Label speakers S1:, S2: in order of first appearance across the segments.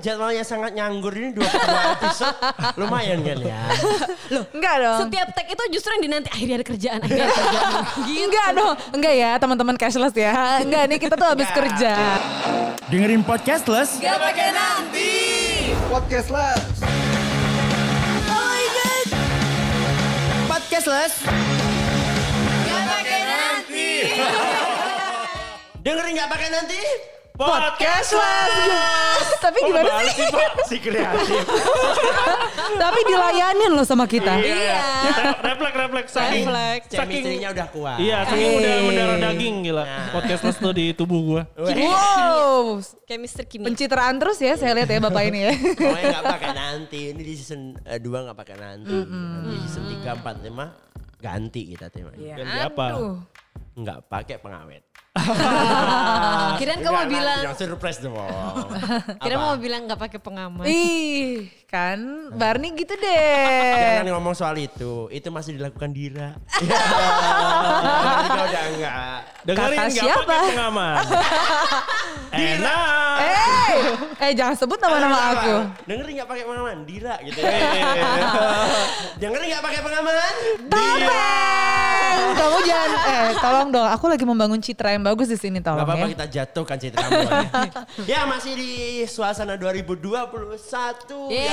S1: jadwalnya sangat nganggur ini dua, dua episode lumayan kan ya.
S2: Enggak dong.
S3: Setiap tag itu justru yang dinanti akhirnya ada kerjaan, akhirnya ada kerjaan.
S2: Enggak dong. Enggak ya teman-teman cashless ya. Enggak nih kita tuh habis kerja.
S1: Dengerin podcastless Oh Dengerin nggak pakai nanti? Podcastless.
S2: Tapi
S1: Oh,
S2: gimana
S1: balik
S2: sih?
S1: sih Pak? Si kreatif.
S2: Tapi dilayanin loh sama kita.
S3: Iya.
S4: Re- Refleks, refleks. Saking,
S2: Refleks.
S4: saking,
S1: Chemistry-nya udah kuat.
S4: iya, saking Iya, udah
S2: Hey.
S4: mendarah daging gila.
S2: Nah.
S4: Podcastless tuh di tubuh gua.
S2: Wow.
S3: Chemistry kimia.
S2: Pencitraan terus ya saya lihat ya bapak ini ya.
S1: Pokoknya nggak pakai nanti. Ini di season 2 nggak pakai nanti. Nanti Di season 3, 4, 5 ganti kita temanya.
S4: Ganti apa?
S2: Aduh.
S1: Nggak pakai pengawet.
S3: Kirain
S1: Nggak,
S3: kamu
S1: nanti
S3: bilang,
S1: Yang surprise dong.
S3: kirain
S1: Apa?
S3: mau bilang nggak pakai pengaman.
S2: Ih, kan Barney gitu deh.
S1: Jangan ngomong soal itu. Itu masih dilakukan Dira. Ya. Nanti kalau udah enggak.
S4: Dengerin
S2: Kata
S4: nggak
S2: siapa?
S4: pakai pengaman. Enak.
S2: Eh, eh jangan sebut nama-nama
S1: Apa?
S2: aku.
S1: Dengerin nggak pakai pengaman, Dira gitu. Dengerin nggak pakai pengaman, Dira.
S2: Tolong,
S1: Iya.
S2: kamu jangan. Eh, tolong dong. Aku lagi membangun citra yang bagus di sini,
S1: Gak
S2: tolong
S1: apa-apa
S2: ya.
S1: kita jatuhkan citra kamu. ya masih di suasana 2021 yang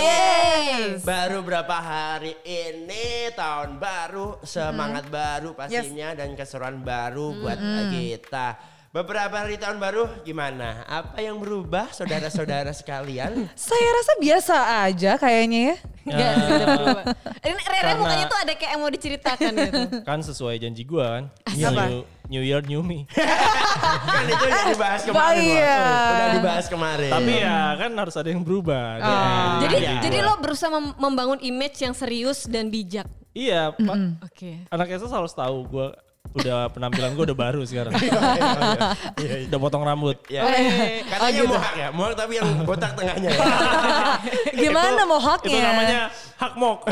S1: Ya,
S3: Yes.
S1: baru berapa hari ini tahun baru semangat baru pastinya dan keseruan baru buat kita. Beberapa hari tahun baru gimana? Apa yang berubah saudara-saudara sekalian?
S2: Saya rasa biasa aja kayaknya ya.
S3: Enggak, tidak perlu. Ini Rere
S4: Karena-
S3: mukanya tuh ada kayak yang mau diceritakan gitu.
S4: Kan sesuai janji gua kan.
S2: Apa?
S4: New, new year, new me.
S1: kan itu udah dibahas kemarin. Wak.
S2: iya.
S1: Udah dibahas kemarin.
S4: Tapi ya kan harus ada yang
S2: Oh.
S4: berubah. Iya.
S3: Jadi
S1: Iya.
S3: jadi lo berusaha mem- membangun image yang serius dan bijak.
S4: Iya, Pak.
S3: Oke.
S4: Anak Esa harus tahu gua udah penampilan gua udah baru sekarang.
S2: Iya,
S4: udah potong rambut.
S1: ya.
S2: Oh, iya.
S1: Katanya
S2: Oh, gitu.
S1: mohak ya, mohak tapi yang botak tengahnya ya.
S2: Gimana mau haknya?
S4: Itu namanya hak mok.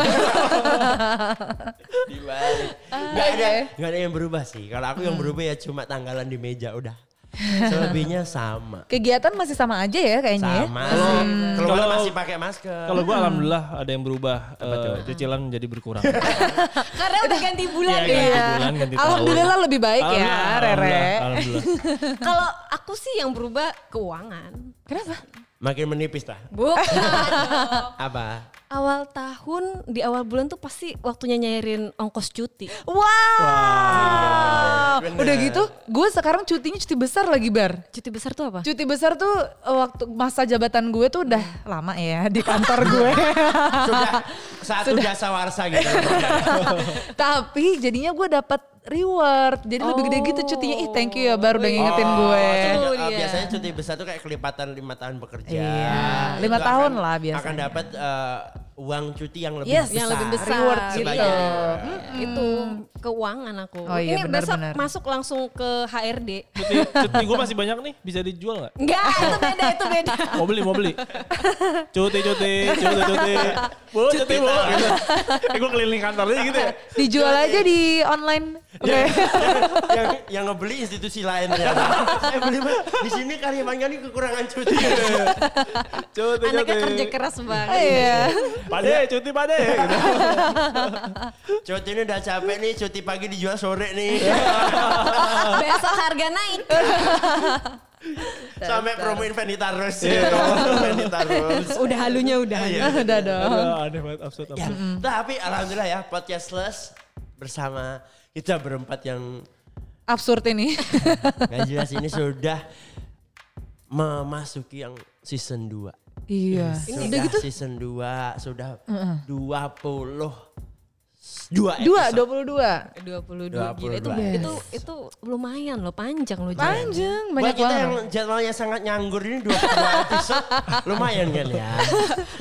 S1: Dibalik. Gak ada,
S2: Ah, Oke. Hmm.
S1: gak ada yang berubah sih. Kalau aku yang berubah ya cuma tanggalan di meja udah. Selebihnya sama.
S2: Kegiatan masih sama aja ya kayaknya ya.
S1: Sama. Kalau keluar
S4: Kalau-
S1: masih pakai masker.
S4: Kalau gue alhamdulillah ada yang berubah eh, cicilan menjadi berkurang.
S2: Iya,
S3: Karena udah ganti bulan
S4: Iya,
S3: ya.
S4: ganti bulan, ganti tahun.
S2: Alhamdulillah lebih baik ya,
S4: Alhamdulillah,
S2: Rere.
S4: alhamdulillah, Alhamdulillah.
S3: Kalau aku sih yang berubah keuangan.
S2: Kenapa?
S1: Makin menipis lah.
S3: Bukan.
S1: Apa?
S3: awal tahun di awal bulan tuh pasti waktunya nyairin ongkos cuti.
S2: Wow.
S1: Bener.
S2: Udah gitu, gue sekarang cutinya cuti besar lagi bar.
S3: Cuti besar tuh apa?
S2: Cuti besar tuh eh, waktu masa jabatan gue tuh udah lama ya di kantor gue.
S1: Sudah satu jasa warsa gitu.
S2: Tapi jadinya gue dapat reward. Jadi lebih gede gitu cutinya. Ih thank you ya baru udah ngingetin
S1: Oh,
S2: gue.
S3: Tuh
S1: cuti-
S3: dia.
S1: biasanya cuti besar tuh kayak kelipatan lima tahun bekerja.
S2: Iya,
S1: Itu
S2: lima
S1: akan-
S2: tahun lah biasanya.
S1: Akan dapat eh, uang cuti yang lebih
S2: Yes,
S1: besar.
S3: Yang lebih besar
S2: Reward
S3: gitu.
S2: gitu.
S3: Itu keuangan aku.
S2: Oh iya,
S3: Ini
S2: benar,
S3: besok
S2: benar.
S3: masuk langsung ke HRD.
S4: Cuti, cuti gue masih banyak nih, bisa dijual nggak?
S3: Enggak, itu beda, itu beda.
S4: Mau beli, mau beli. Cuti, cuti, cuti, cuti. Bu, cuti, bu. Gitu. Eh, gue keliling kantornya gitu ya.
S2: Dijual aja di online. Oke.
S1: yang yang ngebeli institusi lain ternyata. eh beli Mas. di sini Kalimantan ini kekurangan cuti.
S4: Cuti,
S3: Anaknya
S4: cuti.
S3: kerja keras banget.
S2: Iya.
S4: Pade, cuti, pade. Gitu.
S1: cuti ini udah capek nih, cuti pagi dijual sore nih.
S3: Iya. Besok harga naik.
S1: Sampai promo invent ditaruh sih. Invent ditaruh.
S3: Iya. Udah halunya udah.
S2: udah dong.
S4: Aduh, aneh banget, absurd,
S1: Iya. Ya,
S4: absurd.
S1: tapi alhamdulillah ya podcastless bersama kita berempat yang
S2: Absurd ini.
S1: nggak jelas ini sudah memasuki yang season 2.
S2: iya.
S1: Sudah
S2: udah gitu
S1: season 2 sudah 20 dua
S2: dua,
S1: episode.
S2: dua puluh dua.
S1: 22.
S3: 22 gila Gitu, itu,
S1: Yes.
S3: itu itu lumayan loh panjang loh Jan.
S2: Panjang,
S1: Buat
S2: banyak
S1: kita
S2: banget.
S1: yang jadwalnya sangat nganggur ini dua, dua episode lumayan kan ya.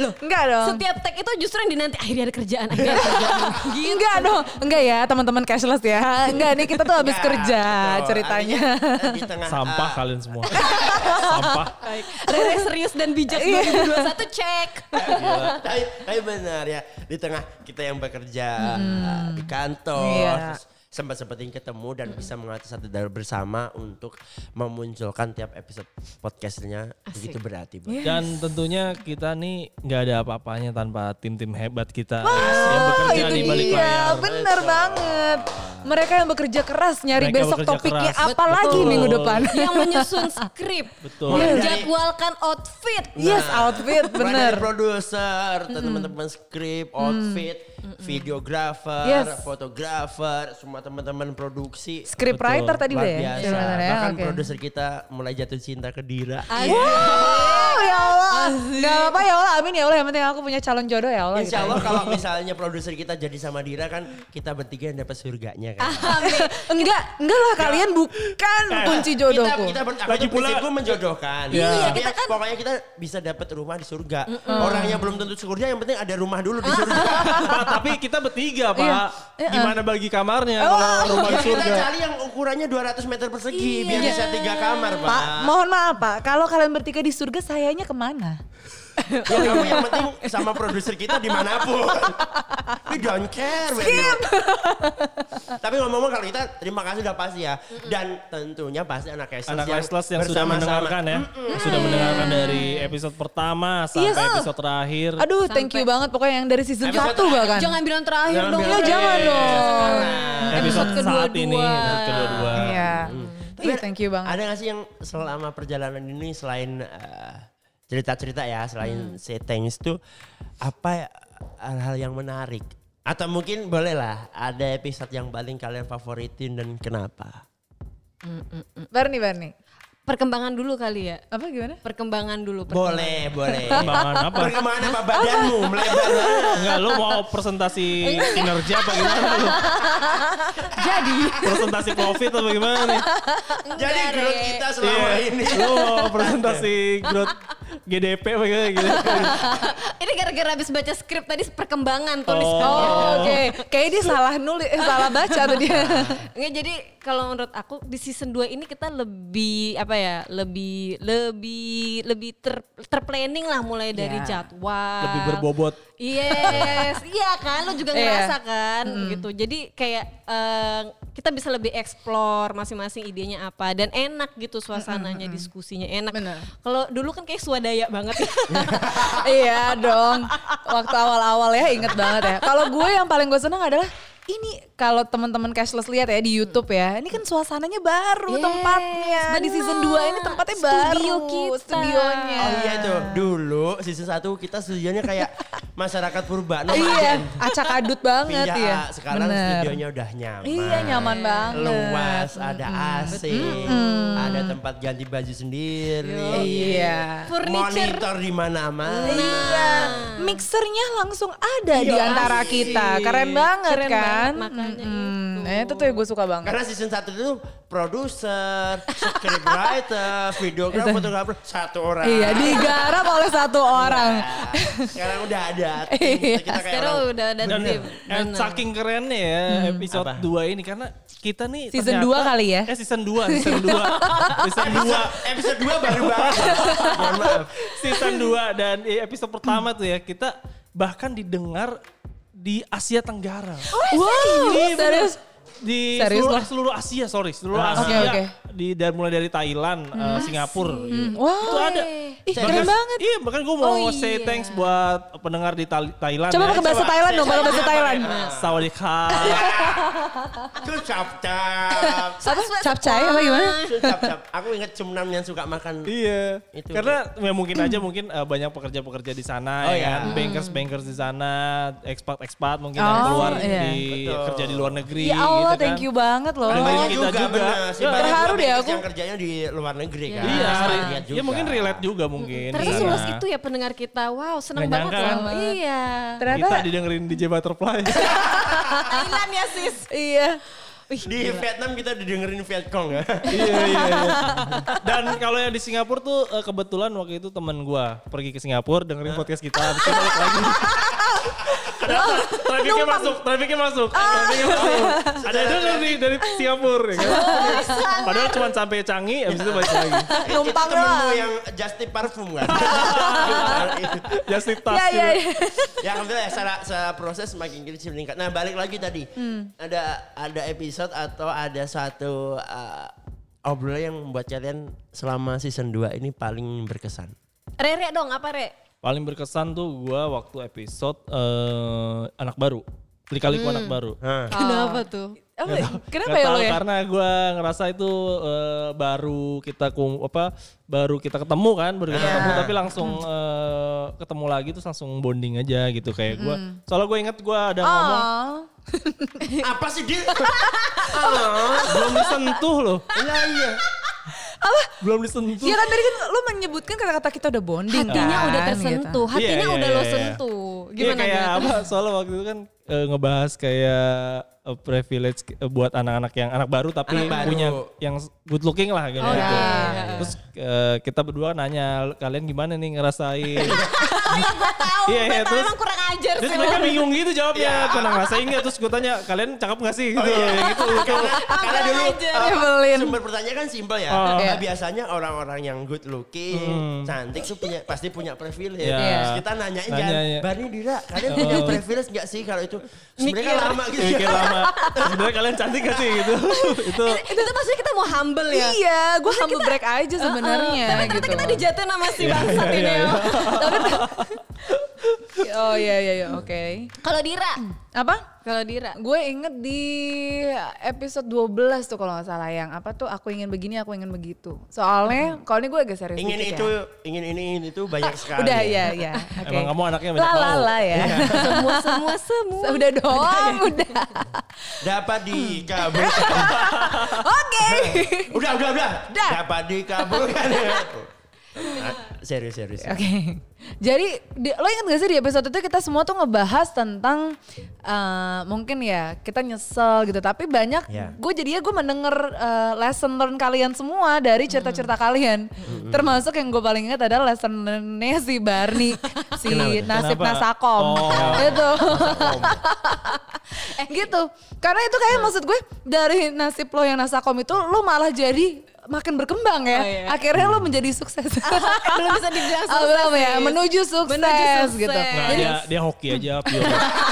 S2: Loh, enggak dong.
S3: Setiap tag itu justru yang dinanti akhirnya ada kerjaan, akhirnya ada kerjaan.
S2: Enggak dong, enggak ya teman-teman cashless ya. Enggak nih kita tuh habis
S1: Ya,
S2: kerja
S1: betul.
S2: ceritanya.
S1: Artinya, eh, di tengah
S4: Sampah
S1: eh,
S4: kalian semua. Sampah.
S3: Baik. Rere serius dan bijak 2021 cek.
S1: Gila. tapi, tapi benar ya di tengah kita yang bekerja eh, di kantor
S2: Hmm. Iya. Hmm.
S1: terus sempat-sempatin ketemu dan bisa mengatur satu dalam bersama untuk memunculkan tiap episode podcastnya begitu berarti. Bu.
S2: Iya.
S4: Dan tentunya kita nih nggak ada apa-apanya tanpa tim-tim hebat kita yang bekerja
S2: Oh, itu
S4: Iya, di balik
S2: dia,
S4: layar.
S2: bener banget. Mereka yang bekerja keras nyari
S4: Mereka
S2: besok
S4: bekerja
S2: topiknya
S4: keras.
S2: apa lagi
S4: Betul.
S2: minggu depan.
S3: yang menyusun skrip,
S4: Betul.
S3: Iya. menjadwalkan outfit.
S2: Yes,
S1: Mulai
S2: outfit
S1: dari
S2: bener. Hmm.
S1: produser, Nah, teman-teman skrip, outfit, videografer,
S2: Yes.
S1: fotografer, semua teman-teman produksi.
S2: Script writer tadi
S1: Luar
S2: udah ya.
S1: biasa.
S2: sebenarnya,
S1: Bahkan
S2: oke.
S1: produser kita mulai jatuh cinta ke Dira.
S2: Wow, ya Allah. Gak apa ya Allah, amin ya Allah. Yang penting aku punya calon jodoh ya Allah. gitu.
S1: Insya Allah kalau misalnya produser kita jadi sama Dira kan kita bertiga yang dapat surganya kan.
S2: enggak, enggak lah kalian bukan Ah, kunci
S1: Kita,
S2: jodohku. kan-
S1: kita ber- aku
S4: Lagi
S1: tuh
S4: pula-
S1: prinsipku menjodohkan.
S4: Iya. Iya,
S1: Tapi Pokoknya kita bisa dapat rumah di surga. Orangnya belum tentu surga, yang penting ada rumah dulu
S2: Ah.
S1: di surga.
S4: Pak, tapi kita bertiga, Pak.
S2: Iya. Iya.
S4: Gimana bagi kamarnya kalau rumah
S1: Ya, kita
S4: surga?
S1: cari yang ukurannya 200 meter persegi biar bisa tiga kamar, Pak.
S2: Iya. Pak, mohon maaf Pak, kalau kalian bertiga di surga sayanya kemana?
S1: Ya, kamu yang penting sama produser kita dimanapun. We don't care. we don't. Tapi ngomong-ngomong kalau kita terima kasih udah pasti ya. Dan tentunya pasti anak Kesles
S4: Anak Lesles yang sudah mendengarkan ya. Sudah mendengarkan dari episode pertama sampai
S2: Yes.
S4: episode terakhir.
S2: Aduh,
S3: Sampai-
S2: thank you banget pokoknya yang dari season
S1: Episode
S2: 1 bahkan.
S3: Jangan bilang terakhir
S1: Jangan
S3: dong.
S1: bilang
S2: Ya, jangan dong.
S4: episode
S3: Episode
S4: saat
S3: kedua-dua.
S4: ini, episode kedua-dua.
S2: Iya.
S1: Hmm.
S2: Ih, thank you banget.
S1: Ada gak sih yang selama perjalanan ini selain eh, cerita-cerita ya, selain say thanks tuh apa ya, hal-hal yang menarik? Atau mungkin boleh lah ada episode yang paling kalian favoritin dan kenapa?
S2: Barni, Barni.
S3: Perkembangan dulu kali ya.
S2: Apa gimana?
S3: Perkembangan dulu. perkembangan.
S1: Boleh, boleh.
S4: Perkembangan apa?
S1: Perkembangan apa badanmu melebar banget.
S4: Enggak, lu mau presentasi kinerja apa gimana lu?
S2: Jadi,
S4: Presentasi profit apa gimana nih?
S1: Jadi
S3: Enggak,
S1: growth
S3: Re.
S1: kita selama
S4: Iya,
S1: ini.
S4: lu mau presentasi growth GDP apa gimana gitu.
S3: Ini gara-gara habis baca skrip tadi perkembangan tulis
S4: Oh.
S3: skripnya.
S2: oh, oke. Kayaknya dia salah nulis, eh, salah baca tuh dia.
S3: Nggak, jadi kalau menurut aku di season 2 ini kita lebih apa ya lebih lebih lebih ter, terplanning lah mulai dari
S2: Ya.
S3: jadwal
S4: Lebih berbobot.
S3: Yes, iya kan, lo juga
S2: Iya.
S3: ngerasa kan gitu. Jadi kayak eh, kita bisa lebih explore masing-masing idenya apa dan enak gitu suasananya, diskusinya enak.
S2: Bener.
S3: Kalau dulu kan kayak swadaya banget.
S2: iya dong. Waktu awal-awal ya inget banget ya. Kalau gue yang paling gue seneng adalah ini kalau teman-teman cashless lihat ya di YouTube ya, ini kan suasananya baru
S3: Yes,
S2: tempatnya. Di
S3: bener.
S2: season 2 ini tempatnya
S3: Studio
S2: baru.
S3: kita.
S2: Studionya.
S1: Oh iya itu dulu season 1 kita studionya kayak masyarakat purba no majen.
S2: Iya, acak adut banget
S4: Iya,
S1: Pindah,
S2: ya.
S1: sekarang
S2: Bener.
S1: studionya udah nyaman.
S2: Iya, nyaman banget.
S1: Luas, ada AC, ada tempat ganti baju sendiri.
S2: Iya.
S3: Furniture.
S1: Monitor di mana-mana.
S2: Iya, mixernya langsung ada
S1: Iya,
S2: di antara
S1: asik.
S2: kita. Keren banget
S3: Keren
S2: kan?
S3: banget, makanya
S2: Mm-mm.
S3: itu.
S2: Nah, itu tuh yang gue suka banget.
S1: Karena season 1 itu produser, scriptwriter, videografer, fotografer satu orang.
S2: Iya, digarap oleh satu orang.
S1: Sekarang udah ada. tim.
S2: Iya,
S1: Kita kayak
S3: Sekarang
S1: orang-
S3: udah ada
S4: Dan
S3: tim.
S4: eh,
S3: Bener.
S4: saking kerennya ya episode
S1: Apa?
S4: 2 ini karena kita nih
S2: Hmm. Season
S4: ternyata-
S2: dua kali ya?
S4: Eh season 2, season 2. season 2.
S1: episode 2 baru banget. Mohon maaf.
S4: season 2 dan eh, episode pertama tuh ya kita bahkan didengar di Asia Tenggara.
S2: Wow,
S4: Iya, bener.
S2: Oh, serius?
S4: Di
S2: Serius
S4: seluruh,
S2: lah. Ah,
S4: seluruh Asia, sorry, seluruh Asia.
S2: Oke, oke.
S4: Di dan mulai dari Thailand,
S2: Hmm.
S4: eh,
S2: Ah,
S4: Singapura. gitu.
S2: Wow.
S4: Itu ada.
S2: Ih,
S4: Bahkan-
S2: Hmm. keren banget.
S4: Iya, bahkan gue mau
S3: Oh,
S4: say
S3: iya.
S4: thanks buat pendengar di Thai- Thailand. ya.
S2: Coba pakai bahasa
S1: coba.
S2: Thailand dong, pakai
S1: Coba,
S2: bahasa
S1: coba.
S2: Thailand.
S4: Sawadika.
S1: Itu cap-cap.
S2: Apa? Capcay apa gimana?
S1: Itu cap-cap. Aku inget cumnam yang suka makan.
S4: Iya.
S1: Itu.
S4: Karena ya mungkin aja mungkin eh, banyak pekerja-pekerja di sana
S1: Oh,
S4: ya
S1: iya.
S4: kan, bankers-bankers di sana, expat-expat mungkin
S2: Hmm. Oh,
S4: yang keluar
S2: iya.
S4: di
S1: Betul.
S4: kerja di luar negeri
S2: Ya Allah,
S4: gitu kan.
S2: thank you banget loh.
S4: Ada banyak
S1: Banyak
S4: kita
S1: juga,
S4: juga.
S1: benar. sih.
S4: Iya.
S1: Banyak
S2: Terharu
S1: juga
S2: deh
S1: bisnis
S2: aku.
S1: yang kerjanya di luar negeri kan.
S4: Iya,
S1: Lihat
S4: ya mungkin relate juga
S2: Hmm,
S4: mungkin.
S3: Ternyata
S4: di sana.
S3: seluas itu ya pendengar kita. Wow, seneng
S4: Nggak
S3: banget
S4: nyangka
S3: loh. Iya.
S4: Kita
S2: Ternyata
S4: didengerin DJ Butterfly.
S3: Thailand ya sis.
S2: iya.
S1: Di Vietnam kita didengerin Vietcong ya.
S4: iya, iya, iya. Dan kalau yang di Singapura tuh eh, kebetulan waktu itu temen gua pergi ke Singapura dengerin podcast kita. Terus balik lagi. Kenapa? Trafiknya masuk, trafiknya masuk,
S2: Ah.
S4: trafiknya
S2: Iya.
S4: masuk. Ada itu dari dari Singapura ya
S2: Oh,
S4: kan? Padahal cuma sampai Canggih, abis itu balik lagi.
S2: Numpang
S1: Itu temenmu
S2: doang.
S1: yang Justin Parfum kan?
S4: Just tip tas.
S2: Iya, iya,
S4: gitu.
S1: ya
S2: iya.
S1: alhamdulillah secara, secara proses makin kecil meningkat. Nah balik lagi tadi
S2: Hmm.
S1: ada ada episode atau ada satu eh, obrolan yang membuat kalian selama season 2 ini paling berkesan.
S3: Re, re dong apa re?
S4: Paling berkesan tuh gua waktu episode eh, anak baru. Kali-kali anak
S2: Hmm.
S4: baru.
S1: Hah.
S5: Kenapa tuh?
S2: Apa- Kenapa
S4: Nggak
S2: ya lo
S4: tahu,
S2: ya?
S4: Karena gue ngerasa itu eh, baru kita kum, apa baru kita ketemu kan, baru
S3: Iya.
S4: kita ketemu tapi langsung eh, ketemu lagi terus langsung bonding aja gitu kayak gue.
S3: Hmm.
S4: Soalnya gue inget gue ada ngomong
S2: Oh.
S1: Apa sih dia?
S4: belum disentuh loh,
S1: Iya iya.
S4: belum disentuh.
S2: Iya kan tadi kan lo menyebutkan kata-kata kita udah bonding
S3: Hatinya
S2: kan,
S3: udah
S2: gitu.
S3: tersentuh, hatinya
S4: Iya, iya,
S3: udah
S4: iya,
S3: lo
S4: iya.
S3: sentuh.
S4: Iya
S3: Gimana?
S4: kayak
S3: gimana?
S4: apa? Soalnya waktu itu kan eh, ngebahas kayak eh, privilege ke- eh, buat anak-anak yang anak baru tapi
S1: Anak baru.
S4: punya yang good looking lah gitu.
S3: Oh, iya, iya, iya.
S4: Terus eh, kita berdua nanya kalian gimana nih ngerasain?
S3: Tahu,
S4: Iya, iya,
S3: Batman
S4: terus-
S3: emang kurang ajar
S4: Terus
S3: sih.
S4: mereka bingung gitu jawabnya, pernah ngerasain nggak? Terus gue tanya, kalian cakep gak sih? Gitu, yang gitu. gitu.
S1: Karena dulu
S2: aja,
S1: eh,
S2: nyebelin.
S1: sumber pertanyaan kan simpel ya.
S4: Oh. Hmm.
S1: Nah,
S2: Iya.
S1: biasanya orang-orang yang good looking, cantik tuh punya pasti punya privilege.
S4: Iya.
S1: Terus kita nanyain
S4: Nanya,
S1: kan,
S4: iya.
S1: Bani Dira, kalian punya privilege nggak sih kalau itu? Sebenarnya
S3: Mikir.
S1: lama gitu.
S4: Mikir Iya, lama. Sebenarnya kalian cantik gak sih? Gitu. itu
S3: itu tuh maksudnya kita mau humble ya.
S2: Iya, gue humble break aja sebenarnya
S3: Tapi
S2: gitu.
S3: ternyata kita dijatuhin sama si bangsat
S4: iya,
S3: ini.
S4: iya.
S3: ya.
S2: Oh iya iya iya, oke.
S3: Kalau Dira,
S2: Apa?
S3: kalau Dira,
S2: Gue inget di episode 12 tuh kalau nggak salah yang apa tuh aku ingin begini aku ingin begitu. Soalnya kalau ini gue agak serius
S1: Ingin
S2: dikit
S1: itu,
S2: ya.
S1: ingin ini, ini itu banyak sekali.
S2: Udah ya ya. Oke.
S4: Kan, Emang kamu anaknya banyak
S2: La la
S4: tahu. Iya.
S2: la ya.
S3: semua semua semua.
S2: Udah dong, udah.
S1: Dapat
S2: Hmm.
S1: dikabulkan.
S2: Oke.
S1: udah, udah, udah.
S2: Dah.
S1: Dapat dikabulkan. Ah, serius, serius.
S4: Iya
S2: Oke. Jadi di- lo ingat gak sih di episode itu kita semua tuh ngebahas tentang eh, mungkin ya kita nyesel gitu tapi banyak
S4: Iya.
S1: Ya.
S2: gue jadinya gue mendengar eh, lesson learn kalian semua dari cerita-cerita kalian. Termasuk yang gue paling ingat adalah lesson learn-nya si Barney, si
S1: Kenapa?
S2: Nasib
S4: Kenapa?
S2: Nasakom.
S4: Oh.
S2: Itu. eh gitu. Karena itu kayak maksud gue dari nasib lo yang Nasakom itu lo malah jadi makin berkembang ya.
S3: Oh, iya.
S2: Akhirnya lo menjadi sukses.
S3: Eh, belum bisa dibilang
S2: Ah,
S3: sukses
S2: belum ya,
S3: sih.
S2: menuju sukses,
S3: Menuju sukses.
S2: gitu.
S4: Nah,
S2: Jadi-
S4: dia, dia hoki aja, pure,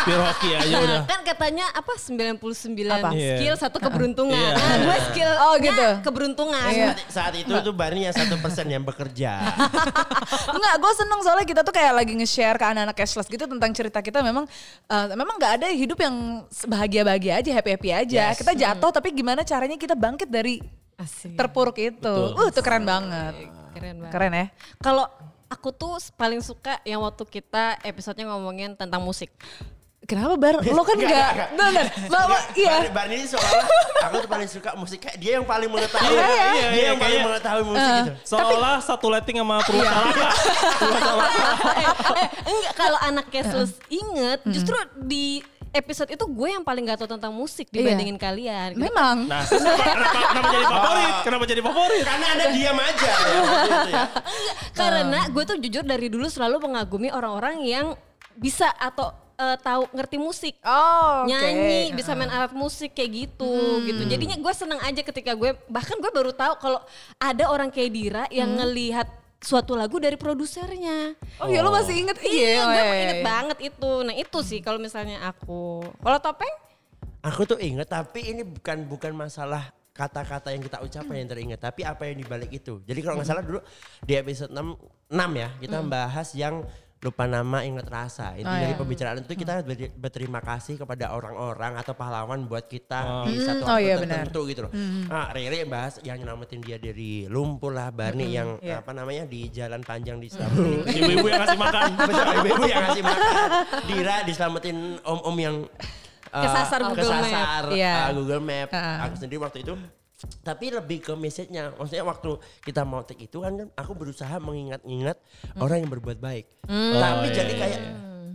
S4: pure hoki aja Ah, iya, udah.
S3: Nah, kan katanya apa 99
S2: Apa?
S3: skill
S4: Iya.
S3: satu keberuntungan.
S4: Iya.
S3: Nah, gue skill
S2: Oh, gitu.
S3: keberuntungan.
S2: Iya.
S1: Saat itu tuh Bani yang satu persen yang bekerja.
S2: Enggak, gue seneng soalnya kita tuh kayak lagi nge-share ke anak-anak cashless gitu tentang cerita kita memang eh, memang nggak ada hidup yang bahagia-bahagia aja, happy-happy aja. Kita jatuh tapi gimana caranya kita bangkit dari
S3: Asik.
S2: terpuruk itu. Uh, itu keren banget.
S3: Keren banget.
S2: Keren ya.
S3: Kalau aku tuh paling suka yang waktu kita episodenya ngomongin tentang musik.
S2: Kenapa Bar? Lo kan
S1: Enggak,
S2: enggak.
S1: enggak,
S2: Benar. Bawa iya.
S1: Bani, Bani ini seolah aku tuh paling suka musik kayak dia yang paling mengetahui.
S4: Iya, iya, iya,
S1: dia yang paling
S4: kayak-
S1: mengetahui musik gitu.
S4: Seolah satu lighting sama perusahaan.
S3: Eh, enggak kalau anak cashless inget, justru di episode itu gue yang paling gak tau tentang
S2: Iya.
S3: musik dibandingin kalian. Gitu.
S2: Memang.
S4: Nah, terus kenapa, kenapa, kenapa jadi favorit? Kenapa jadi favorit?
S1: Karena ada diam aja. ya, waktu itu ya.
S3: Karena gue tuh jujur dari dulu selalu mengagumi orang-orang yang bisa atau eh, tahu ngerti musik.
S2: Oh, oke. Hmm.
S3: nyanyi bisa main alat musik kayak gitu gitu jadinya gue seneng aja ketika gue bahkan gue baru tahu kalau ada orang kayak Dira yang ngelihat suatu lagu dari produsernya
S2: Hmm. Oh iya lo masih inget
S3: iya gue
S2: iya,
S3: inget
S2: iya.
S3: banget itu nah itu sih kalau misalnya aku kalau topeng
S1: Aku tuh inget tapi ini bukan bukan masalah kata-kata yang kita ucapkan yang teringat tapi apa yang dibalik itu. Jadi kalau nggak salah dulu di episode 6, 6 ya kita
S2: Hmm.
S1: bahas yang lupa nama ingat rasa.
S2: Oh,
S1: Itu dari
S2: ya.
S1: pembicaraan itu kita
S2: Hmm.
S1: ber- berterima kasih kepada orang-orang atau pahlawan buat kita di satu
S2: Hmm, oh
S1: waktu
S2: iya, benar.
S1: tertentu gitu loh. Ah, Riri bahas yang nyelamatin dia dari lumpur lah
S2: Hmm.
S1: Barney yang
S2: Iya.
S1: apa namanya di jalan panjang di Selamat
S4: Ibu-ibu yang ngasih makan.
S1: Betul, ibu-ibu yang ngasih makan. Dira diselamatin om-om yang uh,
S3: Kesasar Google Map.
S1: kesasar, uh,
S2: Iya.
S1: Google Map.
S2: Heeh.
S1: Aku sendiri waktu itu tapi lebih ke message-nya. Maksudnya waktu kita mau take itu kan aku berusaha mengingat-ingat orang yang berbuat baik. Tapi
S4: Oh,
S1: jadi
S4: iya,
S1: kayak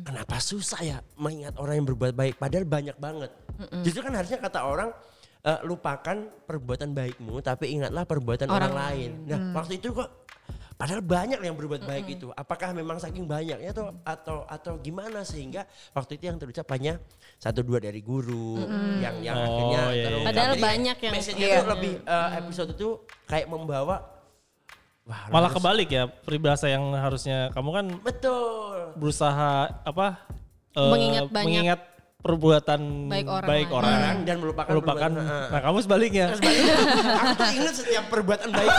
S1: kenapa susah ya mengingat orang yang berbuat baik padahal banyak banget. Justru kan harusnya kata orang eh, lupakan perbuatan baikmu tapi ingatlah perbuatan orang, lain. Nah, waktu itu kok Padahal banyak yang berbuat baik itu. Apakah memang saking banyaknya atau atau atau gimana sehingga waktu itu yang terucap hanya satu dua dari guru yang yang
S4: Oh,
S1: akhirnya
S4: iya, iya.
S1: terungkap.
S3: Padahal
S1: Jadi kayak
S3: banyak yang-
S1: message-nya
S2: Iya.
S1: tuh lebih eh, episode itu kayak membawa wah
S4: Malah
S1: harus-
S4: kebalik ya peribahasa yang harusnya kamu kan
S1: Betul.
S4: berusaha apa eh,
S3: Mengingat banyak
S4: mengingat perbuatan
S3: baik orang lain.
S1: Orang dan melupakan
S4: melupakan
S1: perbuatan-
S4: nah kamu sebaliknya
S1: Aku tuh ingat setiap perbuatan baik.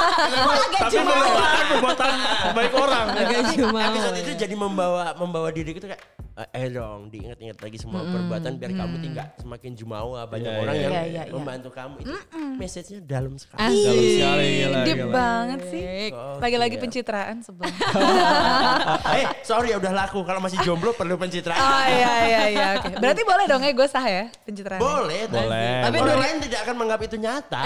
S4: tapi melupakan perbuatan baik orang
S1: Tapi episode itu jadi membawa membawa diri itu kayak eh eh dong diingat-ingat lagi semua
S2: Hmm,
S1: perbuatan biar kamu tidak semakin jumawa banyak
S4: Iya,
S1: orang
S4: iya.
S1: yang
S2: Iya, iya, iya.
S1: membantu kamu itu message-nya dalam sekali.
S4: dalam sekali gila,
S2: Deep
S4: gila.
S2: banget sih.
S1: Oke. Iya.
S2: Lagi-lagi pencitraan sebelum.
S1: eh sorry ya udah laku kalau masih jomblo perlu pencitraan.
S2: oh iya iya iya oke. Berarti boleh dong ya gue sah ya pencitraan.
S1: Boleh, tapi-
S4: Boleh.
S1: Tapi
S4: Boleh.
S1: orang lain tidak akan menganggap itu nyata.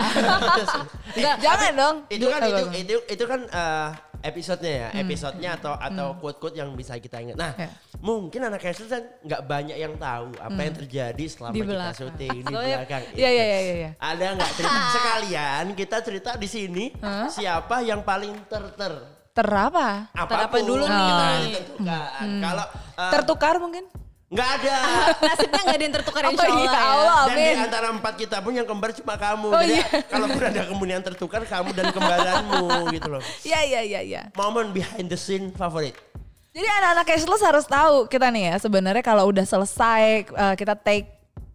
S2: Enggak, jangan dong.
S1: itu kan itu
S2: Apa-apa.
S1: itu itu kan eh, episodenya ya
S3: Hmm.
S1: episodenya atau atau quote quote yang bisa kita ingat nah
S2: Ya.
S1: mungkin anak Castle kan nggak banyak yang tahu apa yang terjadi selama
S3: Hmm. Di
S1: kita
S3: belakang.
S1: syuting di
S3: Soalnya- Ya,
S1: belakang itu.
S2: Iya, iya, iya, iya, iya.
S1: ada nggak cerita sekalian kita cerita di sini siapa yang paling ter ter
S2: Terapa?
S1: apa
S3: dulu nih Hmm.
S1: kita
S3: kita?
S1: tentukan kalau eh,
S2: Tertukar mungkin?
S1: nggak ada
S3: Nasibnya nggak ada yang tertukar
S2: Oh,
S3: insya
S2: iya,
S3: Allah. ya.
S2: Allah.
S1: dan di
S2: Amin.
S1: antara empat kita pun yang kembar cuma kamu.
S2: Oh,
S1: Jadi
S2: iya.
S1: kalaupun ada kemudian tertukar kamu dan kembaranmu gitu loh.
S2: Iya iya iya iya.
S1: Momen behind the scene favorit.
S2: Jadi anak-anak cashless harus tahu kita nih ya sebenarnya kalau udah selesai eh, kita take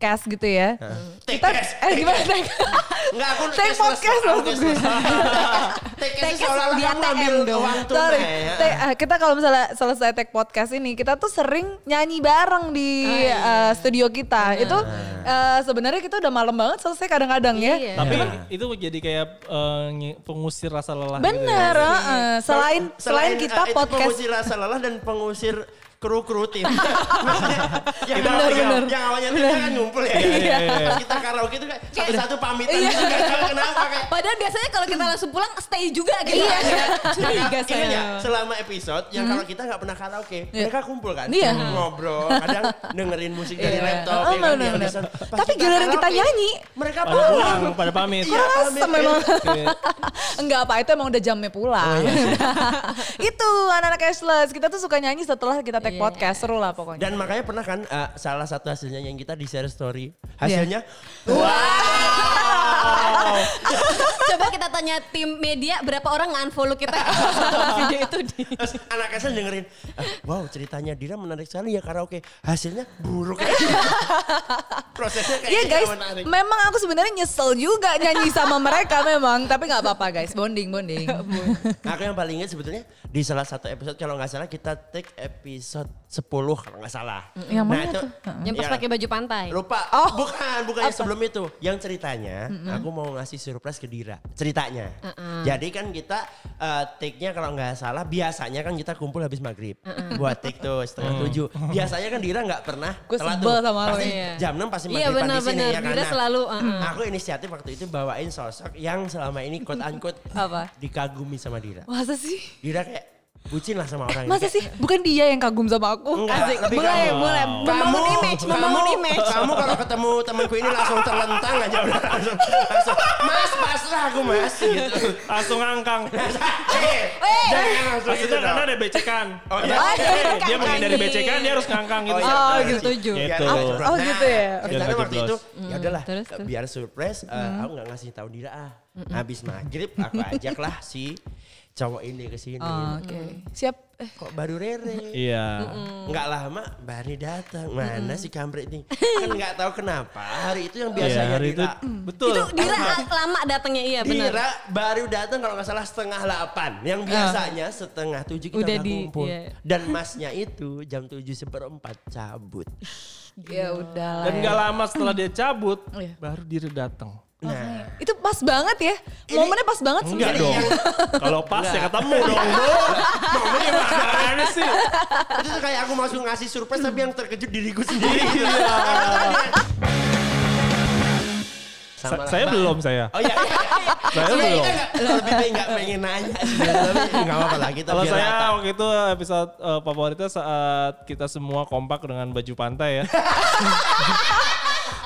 S2: cash gitu ya.
S1: Take
S2: Kita,
S1: cash,
S2: eh
S1: take
S2: gimana
S1: cash.
S2: take?
S1: Enggak aku
S2: take podcast
S1: Aku
S2: maksud gue.
S1: cashless. Take cash seolah-olah
S3: di
S1: kamu
S3: ATM
S1: ambil
S3: dong.
S1: uang
S2: Sorry,
S1: tunai. ya.
S2: take- eh, kita kalau misalnya selesai take podcast ini, kita tuh sering nyanyi bareng di eh, studio kita. Itu eh, sebenarnya kita udah malam banget selesai kadang-kadang
S3: Iya.
S2: ya.
S4: tapi kan itu jadi kayak eh, nge- pengusir rasa lelah gitu ya.
S2: Bener, eh, selain
S1: eh,
S2: selain kita
S1: itu
S2: podcast
S1: pengusir rasa lelah dan pengusir kru kru tim. yang,
S2: Bener,
S1: awalnya,
S2: bener.
S1: yang awalnya tim kan ngumpul ya.
S2: Iya.
S1: Terus kita karaoke itu kayak satu-satu pamitan. gitu, nggak tahu Kenapa kayak
S3: Padahal biasanya kalau kita langsung pulang stay juga gitu.
S2: Iya. Hmm.
S3: Curiga
S1: Karena ini ya, selama episode yang kalau kita nggak pernah karaoke, mereka kumpul kan,
S2: Iya.
S1: ngobrol, kadang dengerin musik dari
S2: Iya.
S1: laptop.
S2: Oh,
S1: ya kan, di
S2: bener-bener.
S1: episode. Pas
S2: Tapi giliran kita
S1: karaoke,
S2: nyanyi,
S1: mereka
S4: pada
S1: pulang.
S4: pulang pada pamit
S1: Iya.
S2: Kurang asem
S1: pamit,
S2: emang.
S4: Kayak,
S2: Enggak apa, itu emang udah jamnya pulang. itu anak-anak cashless. Kita tuh suka nyanyi setelah kita take podcast. Seru lah pokoknya.
S1: Dan makanya pernah kan eh, salah satu hasilnya yang kita di share story,
S2: Iya.
S1: hasilnya wow.
S3: Coba kita tanya tim media berapa orang nge-unfollow kita video itu di.
S1: Terus anak kesen dengerin, "Ah, wow ceritanya Dira menarik sekali ya karaoke, hasilnya buruk. Prosesnya kayak
S2: Iya
S1: gini
S2: guys,
S1: menarik.
S2: memang aku sebenarnya nyesel juga nyanyi sama mereka memang, tapi nggak apa-apa guys, bonding bonding.
S1: Aku yang paling ingat sebetulnya di salah satu episode kalau nggak salah kita take episode 10 kalau nggak salah. Nah,
S2: Yang mana
S1: itu,
S2: tuh?
S3: Yang pas
S1: ya,
S3: pakai baju pantai.
S1: Lupa.
S2: Oh.
S1: Bukan, bukan yang sebelum itu. Yang ceritanya aku mau ngasih surprise ke Dira. Ceritanya. Jadi kan kita eh, take-nya kalau nggak salah biasanya kan kita kumpul habis maghrib. Buat take tuh setengah tujuh. Biasanya kan Dira nggak pernah
S2: Gue
S1: telat
S2: sebel
S1: tuh.
S2: sama lo,
S1: Pasti
S3: iya.
S1: Jam 6 pasti
S3: Iya,
S1: maghriban di sini
S3: benar-benar.
S1: ya kan.
S3: Dira
S1: Nah,
S3: selalu, uh-uh.
S1: Aku inisiatif waktu itu bawain sosok yang selama ini quote unquote
S2: Apa?
S1: dikagumi sama Dira.
S2: Masa sih?
S1: Dira kayak bucin lah sama orang ini.
S2: Masa
S1: Kayak,
S2: sih? Bukan dia yang kagum sama aku.
S1: Enggak,
S2: Asik.
S1: lebih
S2: Mulai,
S1: kamu.
S2: mulai.
S3: Membangun image, membangun
S1: kamu-
S3: image.
S1: Kamu kalau ketemu temanku ini langsung terlentang aja udah langsung. langsung mas, pasrah aku mas gitu.
S4: langsung ngangkang
S1: Eh, jangan langsung gitu
S4: maksudnya
S1: dong.
S4: karena ada becekan Eh,
S1: Oh, iya.
S2: Oh,
S1: Gitu.
S2: iya.
S4: dia menghindari becekan dia harus ngangkang gitu
S1: Oh, iya.
S2: Oh,
S1: Gitu.
S2: gitu.
S3: Setuju.
S1: Biar
S4: Gitu.
S1: nggak jeblos.
S2: Oh, gitu ya.
S1: Nah,
S4: Biar
S1: ceritanya
S4: nggak
S1: waktu itu
S4: jeblos.
S1: ya udahlah
S3: terus, terus.
S1: biar surprise eh, aku nggak ngasih tahu Dira ah. Habis maghrib aku ajaklah si cowok ini ke sini.
S2: Oh, Oke, siap. Eh,
S1: Kok baru rere?
S4: iya
S3: Hmm.
S1: nggak lama Bani datang mana si kampret ini kan nggak tahu kenapa hari itu yang biasanya
S4: Iya, hari itu
S1: Dira
S4: betul
S3: Hmm. Itu Dira lama datangnya iya benar. Iya.
S1: Dira baru datang kalau nggak salah setengah delapan yang biasanya setengah tujuh kita
S3: Udah
S1: udah
S3: di-
S1: kumpul
S3: iya.
S1: dan masnya itu jam tujuh seperempat cabut
S2: ya
S3: Iya.
S2: udah.
S4: dan gak lama setelah dia cabut
S2: Iya.
S4: baru Dira datang
S1: nah
S2: Itu pas banget ya. Momennya pas banget sih.
S4: enggak
S3: Iya.
S4: dong kalau pas ya ketemu dong bro mau gimana sih
S1: itu tuh kayak aku langsung ngasih surprise tapi yang terkejut diriku sendiri Iya.
S4: Sa-
S1: Sama
S4: saya
S1: lah.
S4: belum saya
S1: Oh iya, iya.
S4: Saya
S1: Sebenarnya
S4: belum.
S1: kita nggak- Lebih baik nggak pengen nanya sih, tapi nggak apa-apa lah kita
S4: Kalau
S1: biar
S4: saya
S1: rata.
S4: waktu itu episode eh, favoritnya saat kita semua kompak dengan baju pantai ya.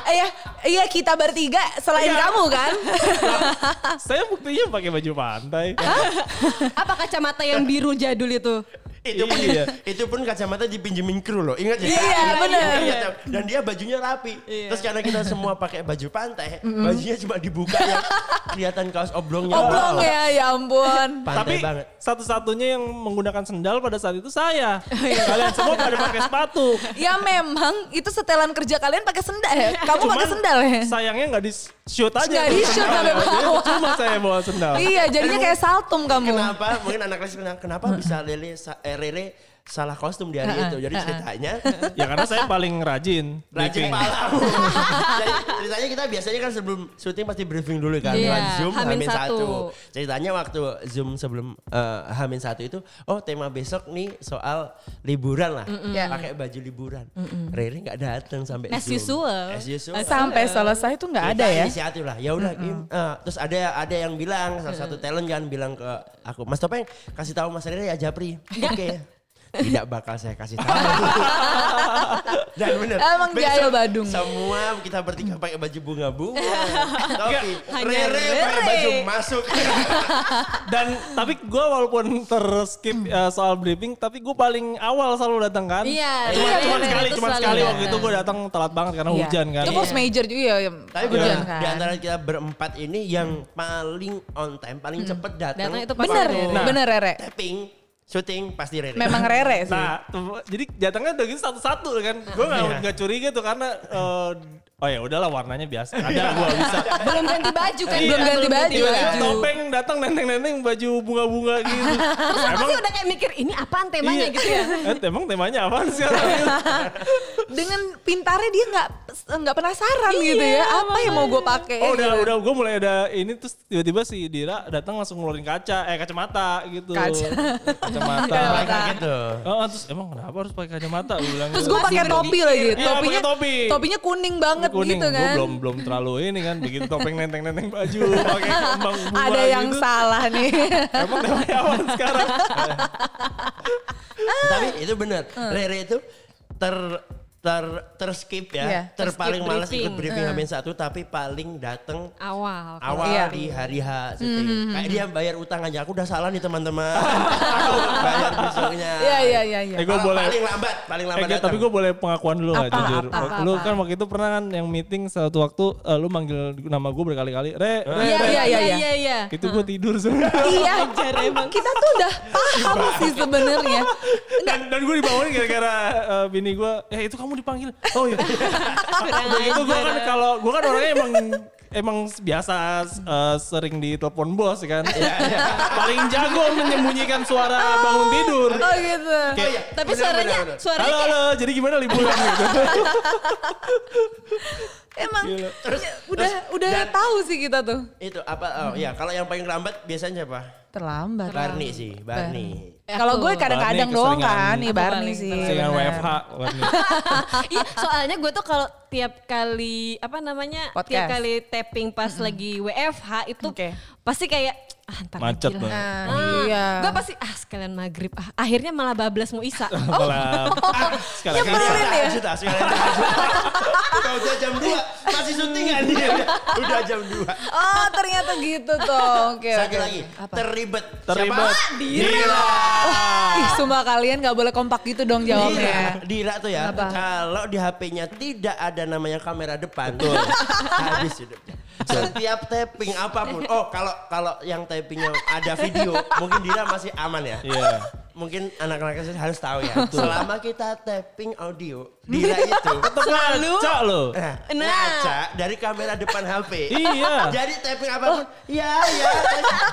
S2: Iya, iya kita bertiga selain
S4: Iya.
S2: kamu kan.
S4: Saya buktinya pakai baju pantai.
S3: Apa kacamata yang biru jadul itu?
S1: itu pun
S4: Iya.
S1: itu pun kacamata dipinjemin kru loh ingat ya
S2: Iya, bener.
S1: Ingat ya? dan dia bajunya rapi terus karena kita semua pakai baju pantai bajunya cuma dibuka ya kelihatan kaos
S4: Iya.
S1: oblongnya
S2: Oblong
S1: Wow.
S2: ya, ya ampun.
S1: pantai
S4: Tapi
S1: banget
S4: satu-satunya yang menggunakan sendal pada saat itu saya. Kalian semua pada pakai sepatu.
S2: Ya memang itu setelan kerja kalian pakai sendal ya. Kamu pakai
S4: Iya. Cuman
S2: sendal ya.
S4: Sayangnya nggak di shoot aja.
S2: Nggak
S4: tuh
S2: di-shoot
S4: sendalnya.
S2: sampai
S4: Jadi
S2: bawah.
S4: Cuma saya bawa sendal.
S2: Iya, jadinya kayak saltum kamu.
S1: kenapa mungkin anak kelas kenapa, kenapa bisa Lele sa- eh, Rere salah kostum di hari itu jadi ceritanya
S4: Ya karena saya paling rajin.
S1: Rajin
S4: briefing.
S1: palamu. Jadi ceritanya kita biasanya kan sebelum syuting pasti briefing dulu kan.
S3: Iya,
S1: lewat Zoom
S3: Hamin
S1: Hamin satu.
S3: satu.
S1: Ceritanya waktu Zoom sebelum eh, Hamin satu itu, oh tema besok nih soal liburan lah.
S2: Iya.
S1: Pakai baju liburan. Rere nggak datang sampai
S3: As
S1: Zoom.
S3: usual.
S1: As usual.
S2: Sampai selesai tuh
S4: Iya.
S2: nggak
S1: Kita
S2: ada ya.
S1: inisiatif lah ya udah Im, eh, terus ada ada yang bilang salah satu talent kan bilang ke aku Mas Topeng kasih tahu Mas Rere ya Japri oke tidak bakal saya kasih tahu dan bener
S2: Emang
S1: besok
S2: jahil Badung.
S1: semua kita bertiga pakai baju bunga-bunga tapi
S3: Hanya
S1: Rere pakai
S2: Rere.
S1: baju masuk
S4: Dan tapi gue walaupun terskip eh, soal briefing, tapi gue paling awal selalu datang kan.
S3: Iya,
S4: Cuma,
S3: iya,
S4: cuma
S3: iya,
S4: sekali,
S3: itu
S4: cuma
S3: selalu
S4: sekali
S3: datang.
S4: waktu itu gue datang telat banget karena
S2: Iya.
S4: hujan kan.
S2: Itu post major juga ya. ya,
S1: tapi Iya. bener
S2: hujan kan.
S1: di antara kita berempat ini yang paling on time paling cepet datang
S3: Datang itu pasti
S2: Bener,
S3: Rere.
S4: Nah.
S2: bener Rere.
S1: tapping syuting pasti Rere
S2: Memang Rere sih.
S4: Nah, tuh, jadi datangnya udah gitu satu-satu kan. Gue nggak
S1: Iya.
S4: nggak curiga tuh karena eh, oh ya udahlah warnanya biasa. Ada gue bisa.
S3: Belum ganti baju kan?
S4: Iya.
S2: Belum ganti baju.
S4: Tiba-tiba topeng datang nenteng-nenteng baju bunga-bunga gitu.
S3: Terus aku sih udah kayak mikir ini apaan temanya gitu ya.
S4: Eh, emang temanya apa sih?
S2: Dengan pintarnya dia nggak nggak penasaran gitu ya. Apa yang mau gue pakai?
S4: oh udah udah gue mulai ada ini terus tiba-tiba si Dira datang langsung ngeluarin kaca eh kacamata gitu.
S2: Kaca.
S4: Kacamata.
S1: Kayak gitu. kaget tuh
S4: Oh, terus emang kenapa harus pakai kacamata? Gue bilang
S2: Terus
S4: gitu.
S2: gue pakai topi lagi.
S4: Iya,
S2: Topinya
S4: pakai topi.
S2: Topinya kuning banget
S4: kuning,
S2: gitu
S4: Gue
S2: kan.
S4: belum belum terlalu ini kan bikin topeng nenteng-nenteng baju, pakai kembang bunga
S2: Ada yang
S4: gitu.
S2: salah nih.
S4: Emang temanya apa sekarang?
S2: Ah.
S1: Tapi itu benar. Rere itu ter ter terskip ya,
S2: Iya, Ah.
S1: terpaling
S3: terskip
S1: malas
S3: briefing.
S1: ikut briefing Hamin satu tapi paling datang
S3: Awal.
S1: awal
S2: Iya. hmm,
S1: di hari H syuting. Kayak dia bayar utang aja aku udah salah nih teman-teman. Aku bayar besoknya.
S2: Iya iya iya iya.
S4: eh gue
S1: Kalau
S4: boleh
S1: paling lambat, paling
S4: Eh,
S1: lambat.
S4: Gek, tapi
S1: datang.
S4: gue boleh pengakuan dulu nggak
S2: Apa,
S4: jujur.
S2: apa, apa,
S4: lu
S2: apa?
S4: kan waktu itu pernah kan yang meeting satu waktu eh, lu manggil nama gue berkali-kali. Re, re,
S2: Iya,
S4: re.
S2: iya, iya, iya.
S3: iya, iya.
S4: Itu gue tidur sebenarnya.
S2: Iya, kita tuh udah paham sih sebenarnya.
S4: dan dan gue dibangunin gara-gara eh, bini gue, "Eh, itu kamu dipanggil." Oh iya. Udah gitu gue kan kalau gue kan orangnya emang emang biasa eh, sering ditelepon bos kan.
S1: Ya,
S4: Paling jago menyembunyikan suara bangun tidur.
S2: Oh iya. gitu.
S1: Oh iya,
S3: Tapi
S1: benar,
S3: suaranya
S1: benar, benar.
S3: suaranya
S4: Halo, halo, jadi gimana liburan gitu?
S2: Emang
S4: Gila.
S1: Terus-
S2: ya, udah
S1: terus-
S2: udah
S1: dan-
S2: tahu sih kita tuh.
S1: itu apa? Oh iya, kalau yang paling lambat biasanya apa?
S2: Terlambat.
S1: Barney sih, Barney.
S2: Kalau gue kadang-kadang
S4: Barney
S2: doang
S4: keseringan-
S2: kan, nih
S4: Aku
S2: Barney
S3: paling
S2: sih.
S4: Dengan
S2: bener.
S4: WFH. warni.
S3: Iya, soalnya gue tuh kalau tiap kali apa namanya tiap
S2: Podcast.
S3: kali tapping pas lagi WFH itu
S2: Oke.
S3: pasti kayak ah, ntar
S4: Macet
S3: lagi lah.
S4: banget.
S2: Nah, iya.
S3: Gue pasti ah sekalian maghrib ah akhirnya malah bablas mau isa. Oh,
S4: Malah- Ah, sekali
S2: Oh, Yang
S4: lagi.
S2: Barney ya?
S1: juta, sekalian tahajud. Kalau udah jam 2, masih syuting kan dia? Udah jam 2.
S2: Oh ternyata gitu tuh. Oke
S1: Satu
S2: oke.
S1: lagi, teribet.
S4: Teribet.
S1: Siapa?
S4: Dira.
S2: Ih semua kalian gak boleh kompak gitu
S4: Iya.
S2: dong
S1: Dira,
S2: jawabnya.
S1: Dira tuh ya.
S2: Apa?
S1: Kalau di HP-nya tidak ada namanya kamera depan tuh. habis hidupnya. Setiap tapping apapun. Oh, kalau kalau yang tappingnya ada video, mungkin Dira masih aman ya.
S4: Iya.
S1: Mungkin anak-anak kecil harus tahu ya. Selama kita tapping audio, Dira itu
S4: Selalu. Cak lo.
S1: Nah,
S3: Nah.
S1: ngaca dari kamera depan HP.
S4: Iya.
S1: Jadi tapping apapun, ya ya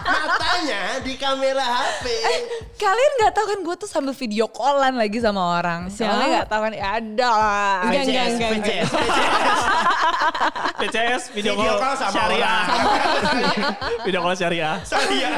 S1: matanya di kamera HP.
S2: Eh, Kalian gak tahu kan gue tuh sambil video callan lagi sama orang.
S3: Siapa?
S2: Kalian gak tahu kan? Ya, Ada lah.
S3: Enggak, enggak,
S1: PCS,
S3: enggak, enggak.
S1: PCS, PCS.
S4: PCS video
S1: Video
S4: call
S1: call sama
S4: syariah.
S1: orang.
S4: Video call syariah.
S1: Sorry ya.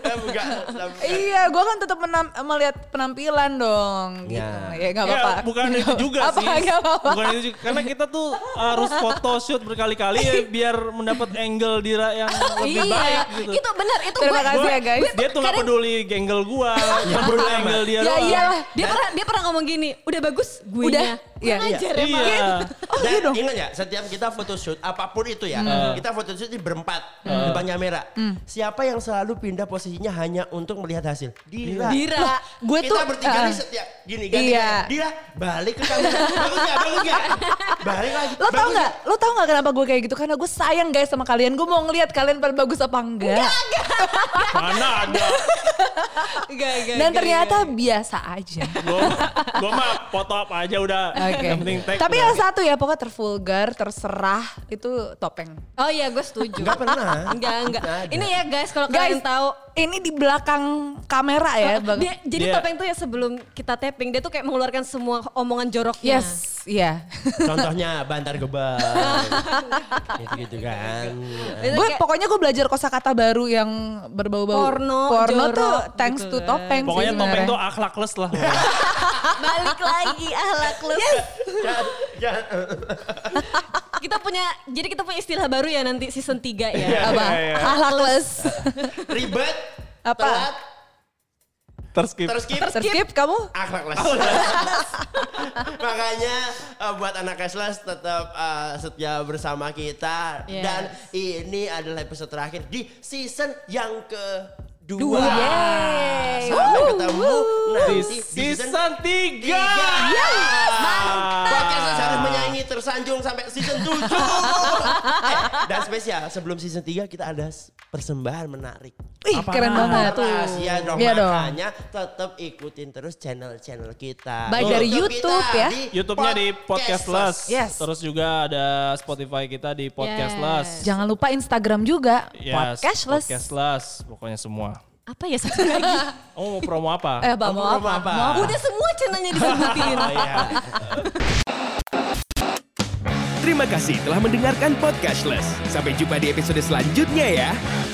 S1: Enggak. enggak.
S2: Iya, gue kan tetap menam- melihat penampilan dong gitu.
S1: Ya.
S2: Ya nggak
S4: Ya,
S2: apa-apa.
S4: bukan itu juga
S2: apa,
S4: sih.
S2: nggak apa-apa.
S4: Bukan itu juga. Karena kita tuh harus photoshoot berkali-kali ya biar mendapat angle Dira yang lebih
S3: Iya,
S4: baik gitu.
S3: itu benar itu
S2: Terima
S3: gua-
S2: kasih
S3: gua-
S2: ya, guys.
S3: gua-
S4: Dia tuh gak
S3: kadang-
S4: peduli angle gua, cuma peduli angle dia
S2: Iya. Ya
S4: doang.
S2: iyalah.
S3: Dia pernah dia pernah ngomong gini, udah bagus gue
S2: Udah. Iya.
S3: ajar
S4: Iya.
S3: emang.
S2: Oh
S1: Dan
S2: iya dong. Hmm.
S1: ingat ya, setiap kita photoshoot, apapun itu ya, kita photoshoot di berempat depan kamera. Siapa yang selalu pindah posisinya hanya untuk melihat hasil? Dira.
S3: Dira.
S2: Loh, gue
S1: kita
S2: tuh
S1: bertiga nih
S2: ah.
S1: setiap gini ganti
S2: Iya.
S1: ganti. Dira balik ke kamera. bagus gak? Bagus gak? Balik lagi.
S2: Lo tau
S1: Bagus
S2: gak? Lo tau gak kenapa gue kayak gitu? Karena gue sayang guys sama kalian. Gue mau ngelihat kalian pada bagus apa enggak.
S4: Mana ada.
S3: Enggak, enggak,
S2: Dan
S3: enggak,
S2: ternyata
S3: iya.
S2: biasa aja.
S4: Gua, gua mah foto apa aja udah.
S2: Oke.
S4: Yang penting tag.
S2: Tapi
S4: udah.
S2: yang satu ya pokoknya tervulgar, terserah itu topeng.
S3: enggak. Oh iya, gue setuju.
S1: Gak pernah.
S3: Enggak, enggak.
S1: Nggak ada.
S3: Ini ya guys, kalau
S2: Guys,
S3: kalian tahu eh,
S2: ini di belakang kamera ya, Bang.
S3: dia, jadi
S4: Dia-
S3: topeng tuh ya sebelum kita tapping dia tuh kayak mengeluarkan semua omongan joroknya.
S2: Yes, iya.
S1: Contohnya bantar gebang. Gitu-gitu kan.
S3: Dia tuh
S2: gue
S3: kayak-
S2: pokoknya gue belajar kosakata baru yang berbau-bau
S3: Porno,
S2: porno
S3: jorok,
S2: tuh thanks
S3: gitu.
S2: to topeng
S4: Pokoknya
S2: sih
S4: topeng
S2: sebenarnya.
S4: tuh akhlakless lah.
S3: balik lagi ah, ahlak lu. Kita punya jadi kita punya istilah baru ya nanti season 3 ya.
S2: apa akhlakless
S1: Ribet.
S2: Apa?
S1: Telat.
S4: Terskip.
S1: Terskip.
S2: terskip kamu
S1: akhlakless. Makanya eh, buat anak cashless tetap eh, setia bersama kita
S3: Yes.
S1: dan ini adalah episode terakhir di season yang ke dua.
S2: Dua. Yeay.
S1: Sampai
S2: Woo,
S1: ketemu nanti
S4: Di
S1: di season
S4: season 3.
S1: tiga.
S4: Mantap.
S1: Podcast harus menyanyi tersanjung sampai season 7. eh, dan spesial sebelum season 3 kita ada s- persembahan menarik.
S2: Ih, keren banget tuh.
S1: Rahasia dong.
S2: Iya dong.
S1: Makanya tetap ikutin terus channel-channel kita. Di
S2: Baik dari YouTube
S1: kita,
S2: ya.
S1: di Iya,
S4: YouTube-nya di Podcastless.
S2: Yes.
S4: Terus juga ada Spotify kita di Podcastless.
S2: Jangan lupa Instagram juga
S4: Yes,
S2: podcastless.
S4: Podcastless, pokoknya semua.
S3: Apa ya satu lagi?
S4: Oh mau promo apa?
S2: Eh, Bang,
S1: Kamu mau
S2: mau apa?
S1: apa?
S2: Mau apa?
S3: Udah semua channelnya disebutin.
S1: Oh, iya.
S5: Terima kasih telah mendengarkan Podcastless. Sampai jumpa di episode selanjutnya ya.